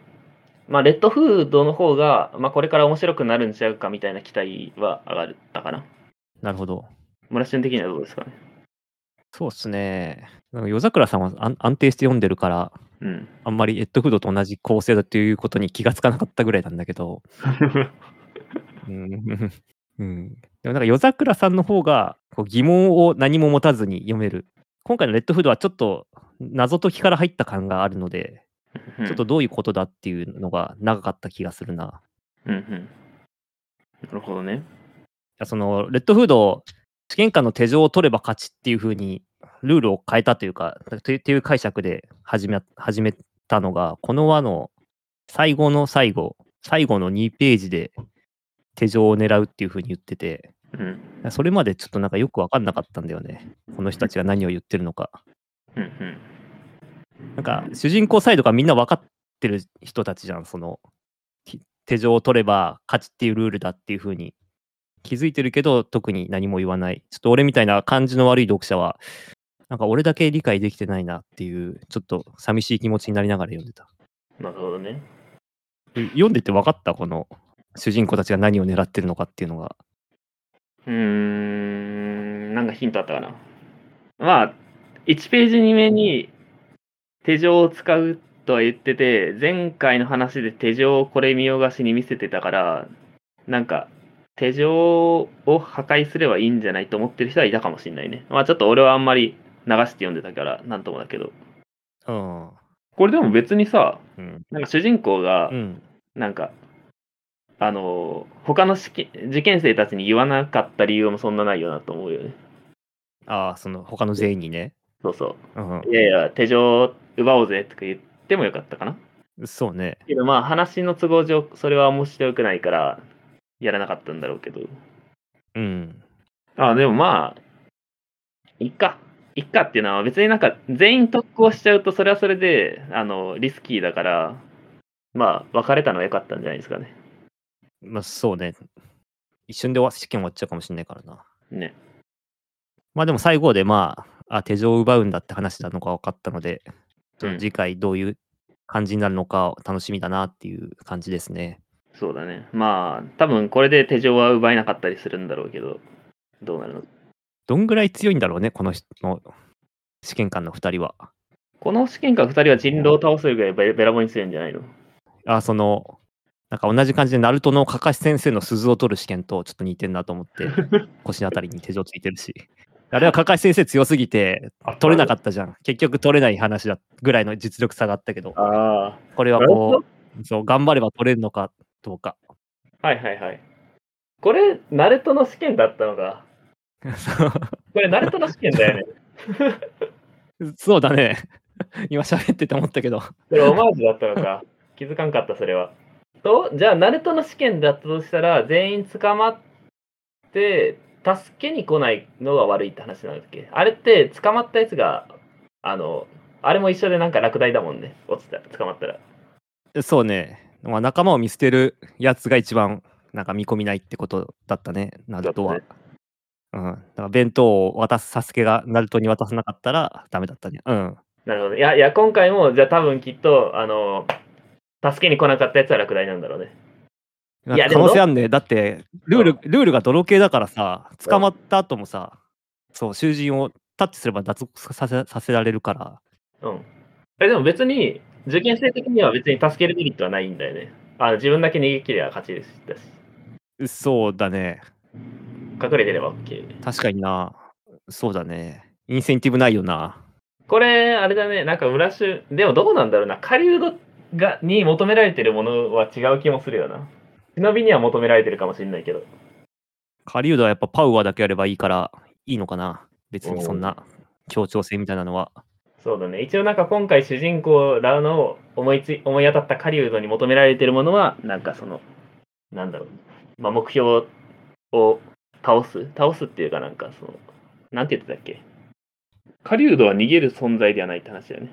B: まあ、レッドフードの方が、まあ、これから面白くなるんちゃうかみたいな期待は上がったかな。
A: なるほど。
B: 村旬的にはどうですかね。
A: そうっすね。なんか夜桜さんは安安定して読んでるから、
B: うん。
A: あんまりエッドフードと同じ構成だということに気がつかなかったぐらいなんだけど、うん。うん、でもなんか夜桜さんの方がこう疑問を何も持たずに読める。今回のレッドフードはちょっと謎解きから入った感があるので、ちょっとどういうことだっていうのが長かった気がするな。
B: うんうん。なるほどね。
A: そのレッドフード、試験官の手錠を取れば勝ちっていう風にルールを変えたというか、というという解釈で始め始めたのが、この輪の最後の最後、最後の2ページで、手錠を狙うっていうふうに言ってて、
B: うん。
A: それまでちょっとなんかよく分かんなかったんだよね。この人たちが何を言ってるのか。
B: うん。うん。
A: なんか主人公サイドがみんな分かってる人たちじゃん、そのき手錠を取れば勝ちっていうルールだっていう風に気づいてるけど、特に何も言わない。ちょっと俺みたいな感じの悪い読者は、なんか俺だけ理解できてないなっていう、ちょっと寂しい気持ちになりながら読んでた。
B: なるほどね。
A: え読んでて分かった、この主人公たちが何を狙ってるのかっていうのが。
B: うーん、なんかヒントあったかな。まあ、1ページ目に手錠を使うとは言ってて、前回の話で手錠をこれ見よがしに見せてたから、なんか、手錠を破壊すればいいんじゃないと思ってる人はいたかもしれないね。まあちょっと俺はあんまり流して読んでたから、なんともだけど。
A: うん。
B: これでも別にさ、
A: うん。
B: なんか主人公が
A: う、ん。
B: なんか、あのー他の試験受験生たちに言わなかった理由もそんなないよなと思うよね。
A: ああ、その他の全員にね。
B: そうそ
A: うん
B: う。いやいや、手錠奪おうぜとか言ってもよかったかな。
A: そうね。
B: けどまあ話の都合上、それは面白くないから、やらなかったんだろうけど。
A: うん。
B: あ、でもまあ、いっか。いっかっていうのは別になんか全員特攻しちゃうとそれはそれで、あの、リスキーだから、まあ別れたのは良かったんじゃないですかね。
A: まあそうね。一瞬で終わ試験終わっちゃうかもしれないからな。
B: ね。
A: まあでも最後でまあ、あ手錠を奪うんだって話なのか分かったので、ちょっ
B: うん
A: と次回どういう感じになるのか楽しみだなっていう感じですね。
B: そうだね。まあ、多分これで手錠は奪えなかったりするんだろうけど、どうなるのか
A: どんぐらい強いんだろうね、この人の試験官の2人は。
B: この試験官2人は人狼を倒せるぐらいベベラボに強いんじゃないの
A: あ、その、なんか同じ感じで、ナルトのかかし先生の鈴を取る試験とちょっと似てんなと思って、腰のあたりに手錠ついてるし。あれはかかし先生強すぎて、取れなかったじゃん。結局取れない話だぐらいの実力差があったけど、
B: あ
A: これは
B: なるほ
A: こう、そう、頑張れば取れるのかどうか。
B: あ。はいはいはい。これ、ナルトの試験だったのか。これ、ナルトの試験だよね。
A: そうだね。今喋ってて思ったけど。
B: これ、オマージュだったのか。気づかんかった、それは。と、じゃあ、ナルトの試験だったとしたら、全員捕まって、助けに来ないのが悪いって話なんだっけあれって、捕まったやつが、あの、あれも一緒でなんか落第だもんね。落ちた、捕まったら。
A: そうね。まあ、仲間を見捨てるやつが一番なんか見込みないってことだったね、ナルトは。
B: だっ
A: うん、だから弁当を渡すサスケがナルトに渡さなかったらダメだったね。うん。
B: なるほど。いや、いや今回も、じゃあ多分きっと、あの、助けに来なかったやつは落第なんだろうね。いやで
A: 可
B: も
A: 能性あんね。だってルール、ルールが泥系だからさ、
B: うん
A: 捕まった後もさ、そう、囚人をタッチすれば脱獄させさせられるから。
B: うん。え、でも別に、受験生的には別に助けるメリットはないんだよね。あの自分だけ逃げ切れば勝ちですだし、
A: そうだね。
B: 隠れてれば OK。
A: 確かにな。そうだね。インセンティブないよな。
B: これ、あれだね、なんか村主、でもどうなんだろうな、狩人がに求められてるものは違う気もするよな。忍びには求められてるかもしれないけど。
A: 狩人はやっぱパウアーだけやればいいからいいのかな別にそんな協調性みたいなのは。
B: そうだね。一応なんか今回主人公らの思いつ思い当たった狩人に求められてるものは、なんかその、なんだろう、まあ、目標を倒す倒すっていうかなんかその、なんて言ってたっけ狩人は逃げる存在ではないって話だよね。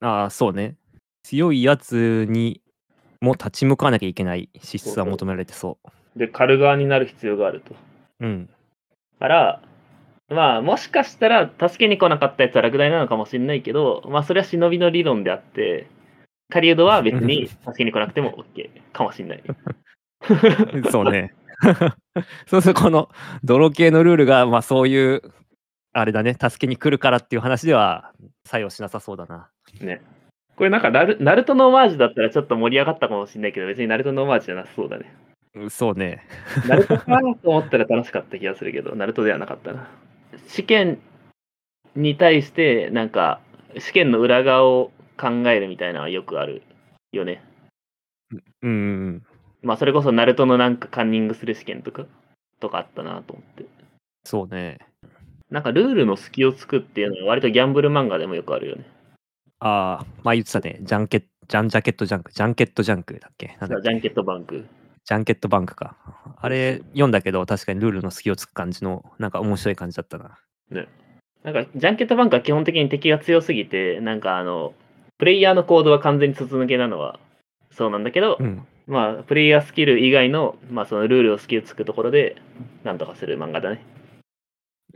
A: ああ、そうね。強いやつにも立ち向かわなきゃいけない資質は求められてそ
B: で、狩る側になる必要があると。
A: う。うん。
B: から、まあ、もしかしたら助けに来なかったやつは落第なのかもしれないけど、まあ、それは忍びの理論であって、狩人は別に助けに来なくても OK かもしれない。
A: そうね。 そうするとこの泥系のルールが、まあそういう、あれだね、助けに来るからっていう話では作用しなさそうだな。
B: これなんかナル、ナルトのオマージュだったらちょっと盛り上がったかもしれないけど、別にナルトのオマージュじゃなさそうだ ね。
A: うんそうね。
B: ナルトかなと思ったら楽しかった気がするけど、ナルトではなかったな。試験に対して、なんか、試験の裏側を考えるみたいなのはよくあるよね。
A: うんうん。
B: まあ、それこそナルトのなんかカンニングする試験とか、とかあったなと思って。
A: そうね。
B: なんか、ルールの隙をつくっていうのは割とギャンブル漫画でもよくあるよね。
A: ああ、前言ってたね。ジャンケット、ジャンジャケットジャンク、ジャンケットジャンクだっけなん
B: ジ
A: だっけ
B: ャンケットバンク。
A: ジャンケットバンクか。あれ読んだけど、確かにルールの隙をつく感じの、なんか面白い感じだったな。
B: なんか、ジャンケットバンクは基本的に敵が強すぎて、なんかあの、プレイヤーの行動は完全に筒抜けなのはそうなんだけど、
A: うん。
B: まあ、プレイヤースキル以外の、まあ、そのルールをスキルつくところで、なんとかする漫画だね。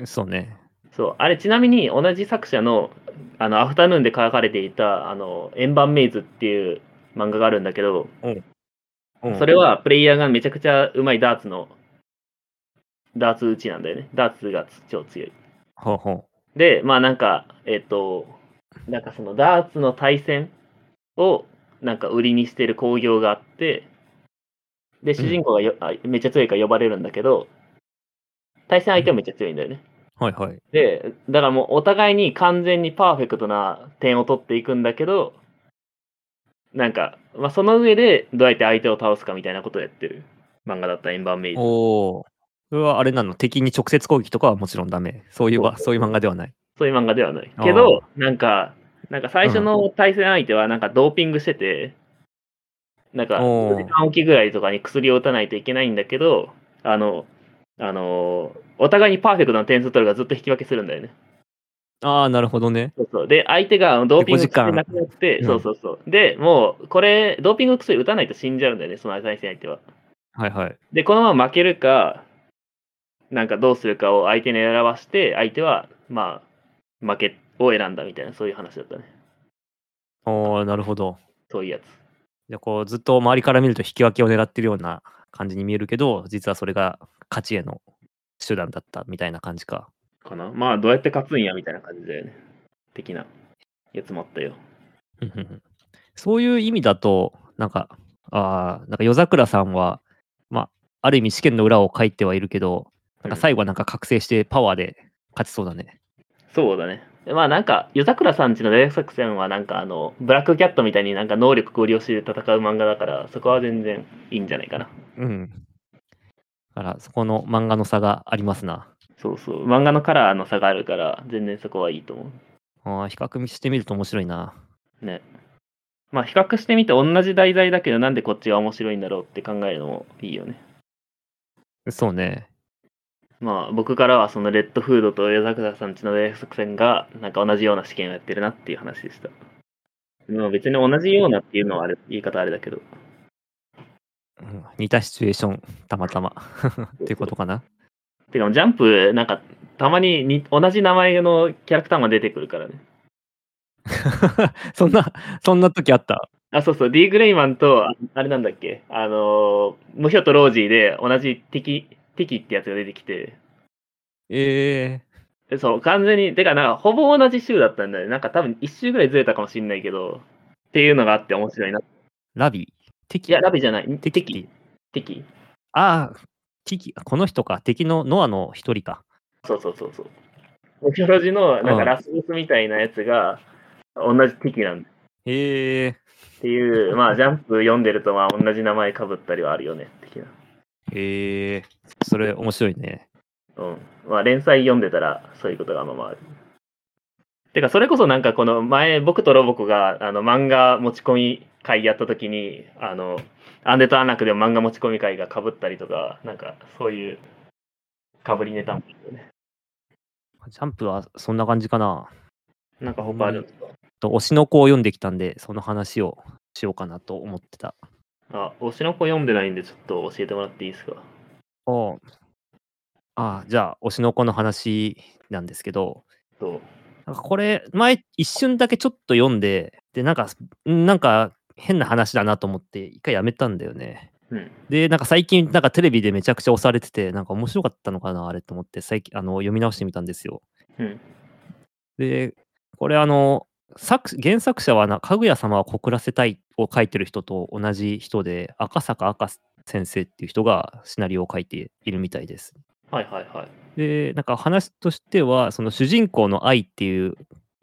A: そうね。
B: そう、あれ、ちなみに同じ作者の、あの、アフタヌーンで書かれていた、あの、円盤メイズっていう漫画があるんだけど、
A: うん
B: それ、はプレイヤーがめちゃくちゃうまいダーツの、ダーツ打ちなんだよね。ダーツが超強い。
A: ほうほ
B: で、まあなんか、えっ、と、なんかそのダーツの対戦をなんか売りにしてる興行があって、で、主人公がよ、あめっちゃ強いから呼ばれるんだけど、対戦相手もめっちゃ強いんだよね。
A: う。はいはい。
B: で、だからもうお互いに完全にパーフェクトな点を取っていくんだけど、なんか、まあ、その上でどうやって相手を倒すかみたいなことをやってる漫画だった、円盤メイズ。
A: おお。それはあれなの敵に直接攻撃とかはもちろんダメ。そういうわそういう漫画ではない。
B: そういう漫画ではない
A: あ。ー
B: けど、なんか、なんか最初の対戦相手はなんかドーピングしてて、なんか
A: おー
B: 4時間おきぐらいとかに薬を打たないといけないんだけど、あの、あのーお互いにパーフェクトな点数取るからずっと引き分けするんだよね。
A: ああ、なるほどね。
B: そうそうで、相手がドーピング
A: で5時
B: して
A: 間
B: なくなって、
A: うん
B: そうそうそう。で、もう、これ、ドーピング薬打たないと死んじゃうんだよね、その対戦相手は。
A: はいはい。
B: で、このまま負けるか、なんかどうするかを相手に選ばして、相手は、まあ、負けを選んだみたいな、そういう話だったね。
A: おお、なるほど。
B: そういうやつ。
A: じゃあこうずっと周りから見ると引き分けを狙ってるような感じに見えるけど、実はそれが勝ちへの手段だったみたいな感じか。
B: かなまあ、どうやって勝つんやみたいな感じだよね。的なやつもあったよ。
A: うんうんうんそういう意味だと、なんか、あーなんか夜桜さんは、まあ、ある意味試験の裏を書いてはいるけど、なんか最後はなんか覚醒してパワーで勝ちそうだね。
B: そうだね。まあなんか、夜桜さんちの大作戦はなんかあの、ブラックキャットみたいになんか能力ご利用して戦う漫画だから、そこは全然いいんじゃないかな。
A: うん。だから、そこの漫画の差がありますな。
B: そうそう。漫画のカラーの差があるから、全然そこはいいと思
A: あー比較してみると面白いな。
B: う。ね。まあ比較してみて同じ題材だけど、なんでこっちが面白いんだろうって考えるのもいいよね。
A: そうね。
B: まあ僕からはそのレッドフードと夜桜さんちの大作戦が、なんか同じような試験をやってるなっていう話でした。まあ別に同じようなっていうのはあれ言い方あれだけど。
A: うん似たシチュエーション、たまたま。っていうことかな。
B: てか、ジャンプ、なんか、たまにに同じ名前のキャラクターも出てくるからね。
A: そんな、そんな時あった。
B: あ、そうそう、D ・グレイマンと、ああれなんだっけ、あのー、ムヒョとロージーで同じ敵、敵ってやつが出てきて、
A: え
B: でそう、完全に、てか、なんか、ほぼ同じ週だったんだよね。なんか、多分一週ぐらいずれたかもしんないけど、っていうのがあって面白いな。い
A: ー、ラビ敵
B: や、ラビじゃない。
A: 敵
B: 敵。敵。
A: ああ、敵、この人か。敵のノアの一人か。
B: そうそうそうそう。ムヒョロジの、なん
A: う
B: か、
A: ん
B: ラスボスみたいなやつが、同じ敵なんだ
A: へえ
B: っていう、まあ、ジャンプ読んでると、まあ、同じ名前かぶったりはあるよね、的な。
A: へえそれ面白いね。
B: うん。まあ、連載読んでたら、そういうことがまあまあある。てか、それこそなんかこの前、僕とロボコが、あの、漫画持ち込み会やった時に、あの、アンデとアンラクでも漫画持ち込み会が被ったりとか、なんか、そういう、被りネタもあるよね。
A: ジャンプはそんな感じかな。
B: なんか他あるんですか、
A: と推しの子を読んできたんで、その話をしようかなと思ってた。
B: あ、推しの子読んでないんで、ちょっと教えてもらっていいですか
A: おうああ、じゃあ、推しの子の話なんですけど、
B: そう。
A: なんかこれ、前、一瞬だけちょっと読んで、で、なんか、んなんか変な話だなと思って、一回やめたんだよね。
B: うん。
A: で、なんか最近、なんかテレビでめちゃくちゃ押されてて、なんか面白かったのかな、あれと思って、最近、あの、読み直してみたんですよ。
B: うん。
A: で、これ、あの、作原作者はな、かぐや様は告らせたいを書いてる人と同じ人で、赤坂赤先生っていう人がシナリオを書いているみたいです。
B: はいはいはい。
A: で、なんか話としては、その主人公の愛っていう、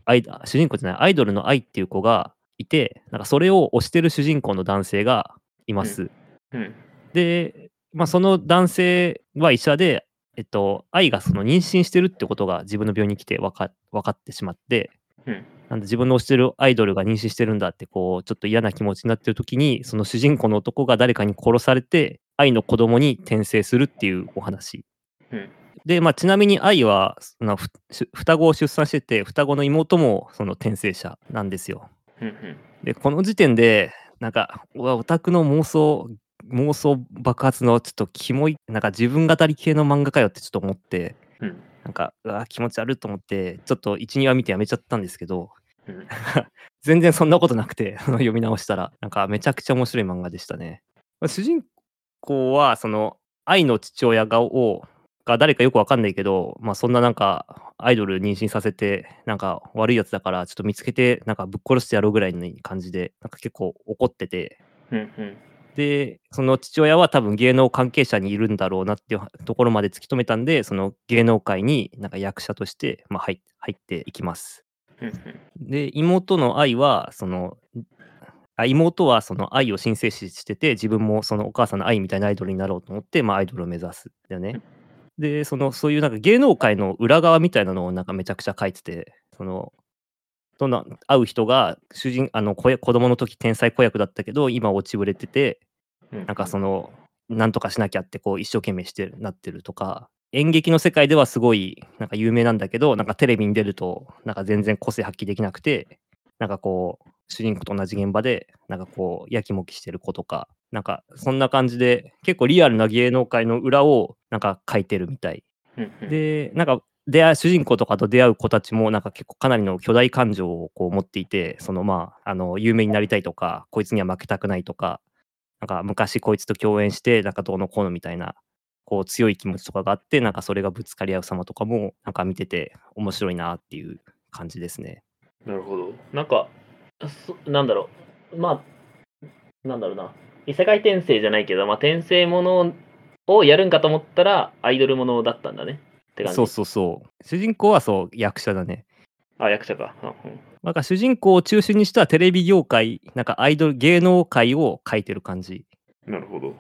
A: 愛あ主人公じゃない、アイドルの愛っていう子がいて、なんかそれを推してる主人公の男性がいます。
B: うん。
A: で、まあ、その男性は医者で、えっと、愛がその妊娠してるってことが自分の病院に来て分か分かってしまって、
B: うん
A: なんで自分の推してるアイドルが妊娠してるんだってこうちょっと嫌な気持ちになってる時にその主人公の男が誰かに殺されて愛の子供に転生するっていうお話。
B: うん
A: で、まあ、ちなみに愛はそのふし双子を出産してて双子の妹もその転生者なんですよ。
B: うんうん
A: でこの時点でなんかうわオタクの妄想妄想爆発のちょっとキモいなんか自分語り系の漫画かよってちょっと思って
B: うん
A: なんかうわ気持ち悪いと思ってちょっと12話見てやめちゃったんですけど
B: うん
A: 全然そんなことなくて あの読み直したらなんかめちゃくちゃ面白い漫画でしたね。主人公はその愛の父親がをが誰かよくわかんないけど、まあ、そんななんかアイドル妊娠させてなんか悪いやつだからちょっと見つけてなんかぶっ殺してやろうぐらいの感じでなんか結構怒ってて
B: うんうん
A: でその父親は多分芸能関係者にいるんだろうなっていうところまで突き止めたんでその芸能界になんか役者として、まあ、入っ入っていきます。
B: うん
A: で妹の愛はそのあ妹はその愛を神聖視してて自分もそのお母さんの愛みたいなアイドルになろうと思って、まあ、アイドルを目指すんだよね。でそのそういうなんか芸能界の裏側みたいなのをなんかめちゃくちゃ書いててそのどんな会う人が主人あの子や子供の時天才子役だったけど今落ちぶれてて
B: うん
A: なんかそのなんとかしなきゃってこう一生懸命してるなってるとか演劇の世界ではすごいなんか有名なんだけどなんかテレビに出るとなんか全然個性発揮できなくてなんかこう主人公と同じ現場でなんかこうやきもきしてる子とかなんかそんな感じで結構リアルな芸能界の裏をなんか書いてるみたい
B: うんうん
A: でなんか出会い主人公とかと出会う子たちもなんか結構かなりの巨大感情をこう持っていてそのまああの有名になりたいとかこいつには負けたくないとかなんか昔こいつと共演してなんかどうのこうのみたいなこう強い気持ちとかがあってなんかそれがぶつかり合う様とかもなんか見てて面白いなっていう感じですね。
B: なるほど。なんか、そなんだろう。まあ、なんだろうな。異世界転生じゃないけど、まあ、転生ものをやるんかと思ったら、アイドルものだったんだね。って感じ。
A: そうそうそう主人公はそう役者だね。
B: あ、役者か。うんうん
A: なんか主人公を中心にしたテレビ業界なんかアイドル芸能界を描いてる感じ
B: なるほど。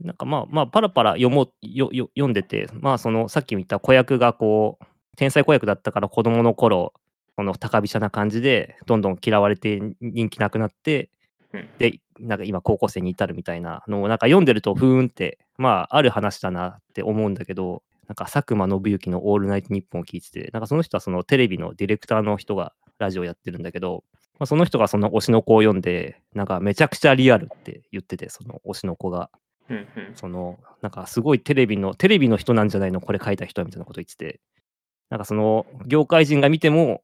A: なんかまあまあパラパラ読もうよよ読んでてまあそのさっき言った子役がこう天才子役だったから子供の頃この高飛車な感じでどんどん嫌われて人気なくなって
B: うん
A: でなんか今高校生に至るみたいなのをなんか読んでるとふーんってまあある話だなって思うんだけどなんか佐久間信行の「オールナイトニッポン」を聞いててなんかその人はそのテレビのディレクターの人がラジオやってるんだけど、まあ、その人がその推しの子を読んでなんかめちゃくちゃリアルって言っててその推しの子が。
B: うんうん。
A: そのなんかすごいテレビのテレビの人なんじゃないのこれ書いた人はみたいなこと言っててなんかその業界人が見ても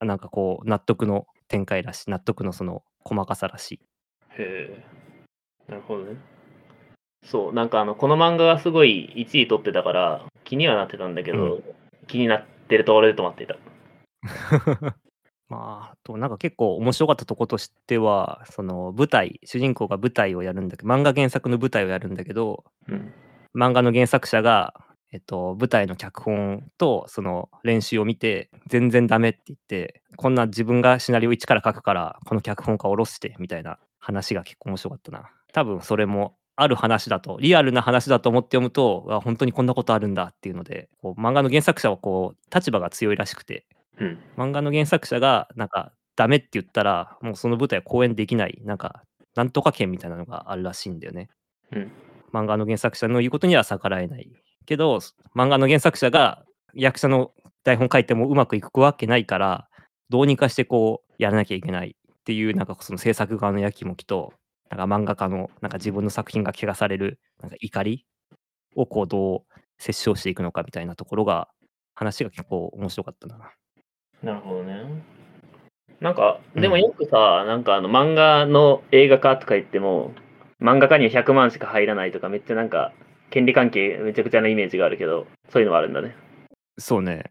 A: なんかこう納得の展開らしい納得のその細かさらしい
B: へえ。なるほどね。そう、なんかあの、この漫画がすごい1位取ってたから、気にはなってたんだけど、
A: う
B: 気になってるところで止まっていた。
A: まあ、あとなんか結構面白かったとことしてはその舞台主人公が舞台をやるんだけど漫画原作の舞台をやるんだけど
B: うん。
A: 漫画の原作者が、えっと、舞台の脚本とその練習を見て全然ダメって言ってこんな自分がシナリオ1から書くからこの脚本家を下ろしてみたいな話が結構面白かったな多分それもある話だとリアルな話だと思って読むとあ本当にこんなことあるんだっていうのでこう漫画の原作者はこう立場が強いらしくて
B: うん。
A: 漫画の原作者がなんかダメって言ったらもうその舞台は公演できないなんかなんとか権みたいなのがあるらしいんだよね、
B: うん
A: 漫画の原作者の言うことには逆らえないけど漫画の原作者が役者の台本書いてもうまくいくわけないからどうにかしてこうやらなきゃいけないっていうなんかその制作側のやきもきとなんか漫画家のなんか自分の作品が汚されるなんか怒りをこうどう折衝していくのかみたいなところが話が結構面白かったな。
B: なるほどね。なんか、
A: うん
B: でもよくさ、なんかあの漫画の映画化とか言っても、漫画家には100万しか入らないとか、めっちゃなんか、権利関係めちゃくちゃなイメージがあるけど、そういうのはあるんだね。
A: そうね。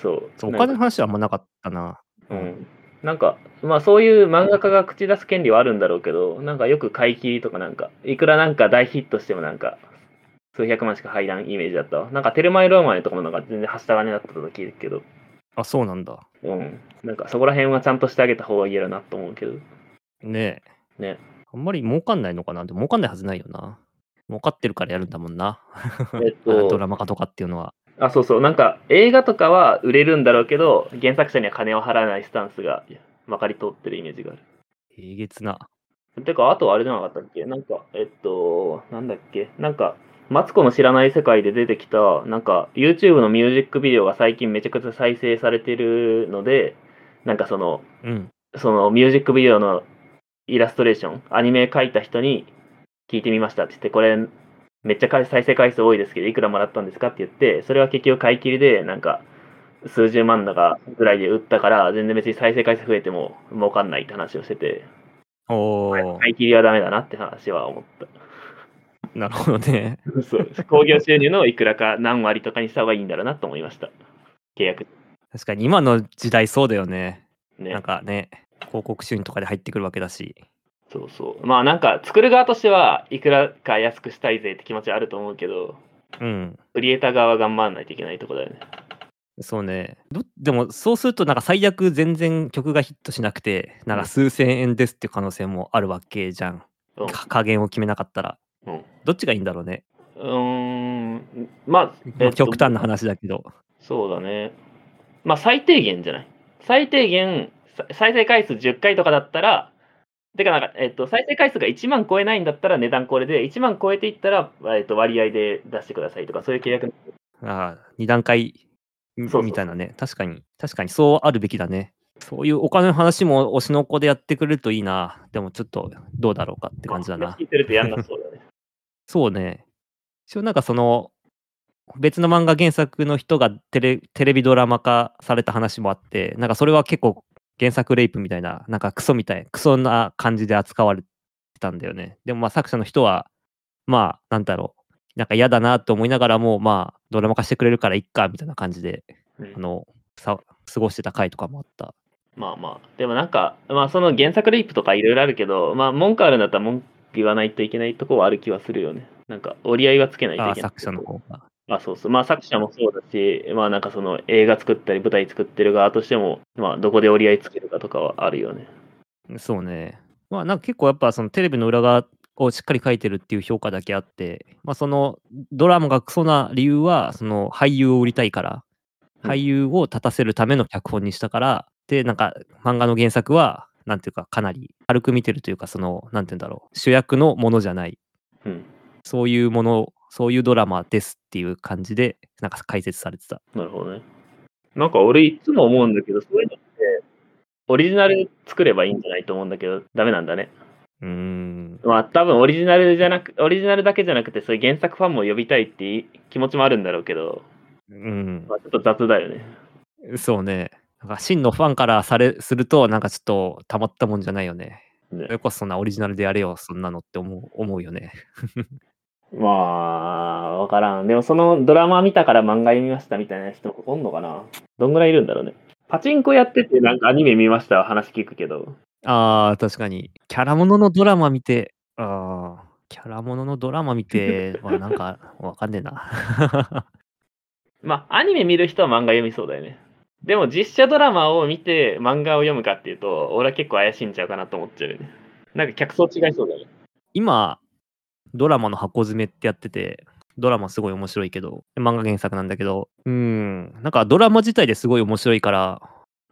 B: そう。
A: そうお金
B: なんか
A: の話はあんまなかったな。
B: う
A: うん
B: ん。なんか、まあそういう漫画家が口出す権利はあるんだろうけど、なんかよく買い切りとかなんか、いくらなんか大ヒットしてもなんか、数百万しか入らんイメージだったわ。なんかテルマエローマエとかもなんか全然はした金だったと聞いるけど、
A: あ、そうなんだ。
B: うん。なんかそこら辺はちゃんとしてあげた方がいいやろなと思うけど。
A: ねえ。
B: ね
A: あんまり儲かんないのかなでも儲かんないはずないよな。儲かってるからやるんだもんな。
B: えっ
A: ド
B: と
A: ラ、マ化とかっていうのは。
B: あ、そうそう、なんか映画とかは売れるんだろうけど、原作者には金を払わないスタンスがまかり通ってるイメージがある。
A: えげつな。
B: てか、あとあれじゃなかったっけなんか、えっと、なんだっけなんか、マツコの知らない世界で出てきた、なんか、YouTube のミュージックビデオが最近めちゃくちゃ再生されてるので、なんかその、
A: うん。
B: そのミュージックビデオのイラストレーション、アニメ描いた人に聞いてみましたって言って、これ、めっちゃ回再生回数多いですけど、いくらもらったんですかって言って、それは結局買い切りで、なんか、数十万だかぐらいで売ったから、全然別に再生回数増えても儲かんないって話をしてて、
A: おー、
B: 買い切りはダメだなって話は 思った。
A: なるほどね。
B: そう興行収入のいくらか何割とかにした方がいいんだろうなと思いました。契約
A: 確かに今の時代そうだよね。
B: ね
A: なん。かね、広告収入とかで入ってくるわけだし。
B: そうそう。まあなんか作る側としてはいくらか安くしたいぜって気持ちはあると思うけど、
A: うん。
B: クリエイター側は頑張らないといけないとこだよね。
A: そうね。どでも、そうすると、なんか最悪全然曲がヒットしなくて、なんか数千円ですっていう可能性もあるわけじゃん。
B: うん
A: か加減を決めなかったら。
B: うん
A: どっちがいいんだろうね。
B: うーん。まあ、
A: ま
B: え
A: あ
B: っと
A: 極端な話だけど。
B: そうだね。まあ最低限じゃない。最低限、さ再生回数10回とかだったら、てかなんか、えっと、再生回数が1万超えないんだったら値段これで、1万超えていったら、えっと、割合で出してくださいとか、そういう契約に
A: ああ、二段階み
B: そうそう
A: みたいなね。確かに、確かにそうあるべきだね。そういうお金の話も推しの子でやってくれるといいな。でもちょっとどうだろうかって感じだな
B: 聞。いてるとやんなそうだね。
A: そうね。一応なんかその、別の漫画原作の人がテレテレビドラマ化された話もあって、なんかそれは結構原作レイプみたいな、なんかクソみたい、クソな感じで扱われてたんだよね。でもまあ作者の人は、まあなんだろう、なんか嫌だなと思いながらも、まあドラマ化してくれるからいっかみたいな感じで、
B: うん
A: あの、さ過ごしてた回とかもあった。
B: まあまあ、でもなんか、まあその原作レイプとかいろいろあるけど、まあ文句あるんだったら文句言わないといけないとこはある気はするよね。なんか折り合いはつけないといけ
A: あ
B: な
A: あ
B: い。
A: 作者の方が。
B: まあそうそう。まあ作者もそうだし、まあなんかその映画作ったり舞台作ってる側としても、まあどこで折り合いつけるかとかはあるよね。
A: そうね。まあなんか結構やっぱそのテレビの裏側をしっかり書いてるっていう評価だけあって、まあそのドラマがクソな理由はその俳優を売りたいから、
B: うん
A: 俳優を立たせるための脚本にしたから、でなんか漫画の原作はなんていうかかなり軽く見てるというかそのなんていうんだろう主役のものじゃない
B: うん。
A: そういうものそういうドラマですっていう感じでなんか解説されてた。
B: なるほどね。なんか俺いつも思うんだけど、そういうのって、オリジナル作ればいいんじゃないと思うんだけど、ダメなんだね。
A: うーん
B: まあ多分オリジナルじゃなく、オリジナルだけじゃなくて、そういう原作ファンも呼びたいっていう気持ちもあるんだろうけど、
A: うん
B: まあ、ちょっと雑だよね。
A: そうね。なんか真のファンからされすると、なんかちょっとたまったもんじゃないよね。
B: ね
A: それこそそんなオリジナルでやれよ、そんなのって思う思うよね。
B: まあ、わからん。でもそのドラマ見たから漫画読みましたみたいな人おんのかなどんぐらいいるんだろうね。パチンコやっててなんかアニメ見ましたは話聞くけど、
A: ああ、確かに。キャラもののドラマ見て、ああ、キャラもののドラマ見て、はなんかわかんねえな。
B: まあアニメ見る人は漫画読みそうだよね。でも実写ドラマを見て漫画を読むかっていうと、俺は結構怪しいんちゃうかなと思っちゃうよね。なんか客層違いそうだよね。
A: 今、ドラマの箱詰めってやってて、ドラマすごい面白いけど、漫画原作なんだけど、うん、なんかドラマ自体ですごい面白いから、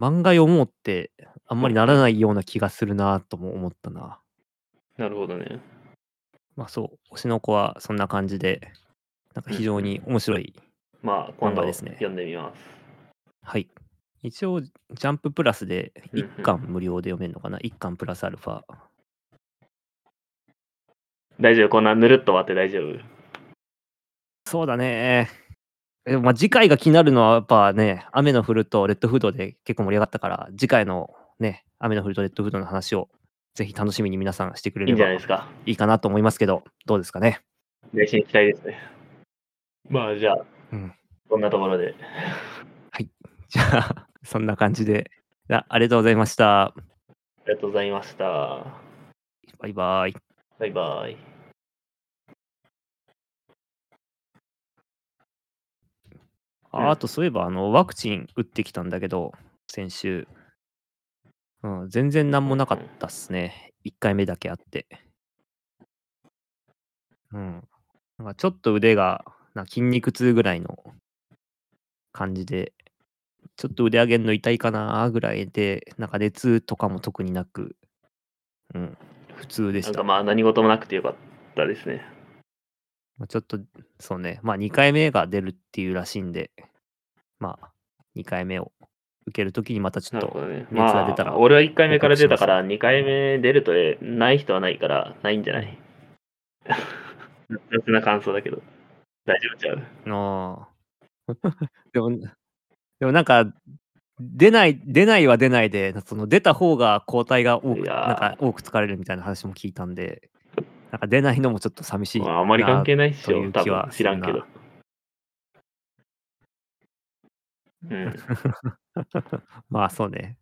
A: 漫画読もうってあんまりならないような気がするなとも思ったな。
B: なるほどね。
A: まあそう、推しの子はそんな感じで、なんか非常に面白い。
B: まあ今
A: 漫
B: 度
A: 画ですね
B: 読んでみます。
A: はい。一応、ジャンププラスで
B: うんうん
A: 1巻無料で読めるのかな ?1 巻プラスアルファ。
B: 大丈夫こんなぬるっと終わって大丈夫
A: そうだね。でもまあ次回が気になるのはやっぱね、雨の降るとレッドフードで結構盛り上がったから、次回のね、雨の降るとレッドフードの話をぜひ楽しみに皆さんしてくれ
B: いい
A: れ
B: んじゃ
A: ば
B: ない
A: い
B: ですか。
A: いかなと思いますけど、どうですかね。
B: 内心期待ですね。まあじゃあ、
A: うん
B: こんなところで。
A: じゃあ、そんな感じで、あありがとうございました。
B: ありがとうございました。
A: バイバイ。
B: バイバイ。
A: あ
B: うん
A: あとそういえばあのワクチン打ってきたんだけど、先週。うん、全然何もなかったっすね。1回目だけあって。うん。なんかちょっと腕がなんか筋肉痛ぐらいの感じで、ちょっと腕上げるの痛いかなぐらいで、なんか熱とかも特になく、うん、普通で
B: な
A: し
B: ん
A: た。
B: かまあ何事もなくてよかったですね。
A: まあちょっと、そうね、まあ2回目が出るっていうらしいんで、まあ2回目を受けるときにまたちょっ
B: なる
A: と
B: ほどね。
A: 熱が出
B: ま
A: たら
B: あ、俺は1回目から出たか
A: 報
B: ら、2回目出るとえない人はないから、ないんじゃない 雑な感想だけど。大丈夫ちゃう。
A: ああ。 でも、でもなんか、出ない、出ないは出ないで、その出た方が抗体が多く、
B: いやー
A: なんか多く疲れるみたいな話も聞いたんで、なんか出ないのもちょっと寂しい。
B: まあ、あまり関係ないっし
A: とい
B: ょ、
A: う
B: 多
A: 気は
B: 分知らんけど
A: す。
B: うん、
A: まあそうね。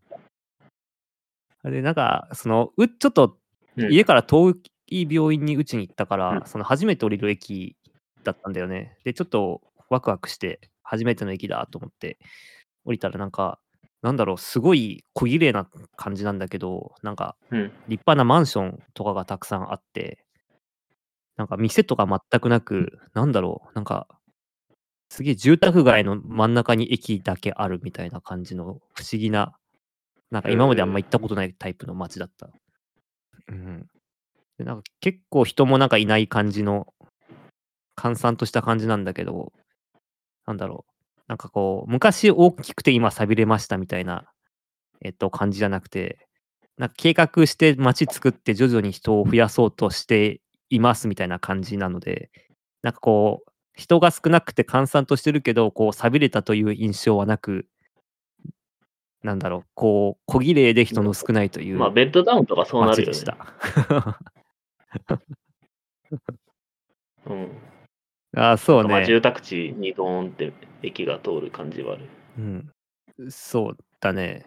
A: で、なんか、その、うちょっと
B: うん
A: 家から遠い病院に打ちに行ったから、
B: うん
A: その初めて降りる駅だったんだよね。で、ちょっとワクワクして、初めての駅だと思って降りたら、なんか、なんだろう、すごい小綺麗な感じなんだけど、なんか、
B: うん
A: 立派なマンションとかがたくさんあって、なんか店とか全くなく、なんだろう、なんか、すげえ住宅街の真ん中に駅だけあるみたいな感じの不思議な、なんか今まであんま行ったことないタイプの街だった。うん。でなんか結構人もなんかいない感じの、閑散とした感じなんだけど、なんだろう、なんかこう、昔大きくて今寂れましたみたいな、えっと、感じじゃなくて、なんか計画して街作って徐々に人を増やそうとしていますみたいな感じなので、なんかこう、人が少なくて閑散としてるけど、こう、寂れたという印象はなく、なんだろう、こう、小綺麗で人の少ないという。
B: まあ、ベッドダウンとかそうな
A: 街
B: るよ
A: で
B: ね
A: し。た。
B: うん、
A: あそう
B: まあ、
A: ね、
B: 住宅地にドーンって駅が通る感じはある。
A: うん。そうだね。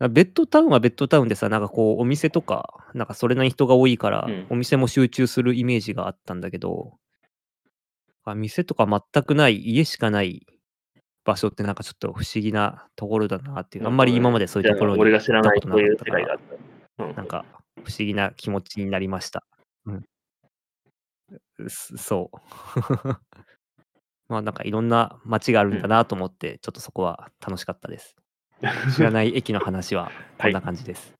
A: あベッドタウンはベッドタウンでさ、なんかこう、お店とか、なんかそれなりに人が多いから、
B: うん
A: お店も集中するイメージがあったんだけど、あ店とか全くない、家しかない場所ってなんかちょっと不思議なところだなっていう、あんまり今までそういうところ
B: じゃあ俺
A: に
B: が知らない
A: 行ったこ
B: こ
A: と
B: う
A: な
B: いう
A: かっ
B: 世
A: たから
B: 界があった。うん
A: なんか不思議な気持ちになりました。うん。すそう。 まあなんかいろんな街があるんだなと 思って、ちょっとそこは楽しかったです。知らない駅の話はこんな感じです。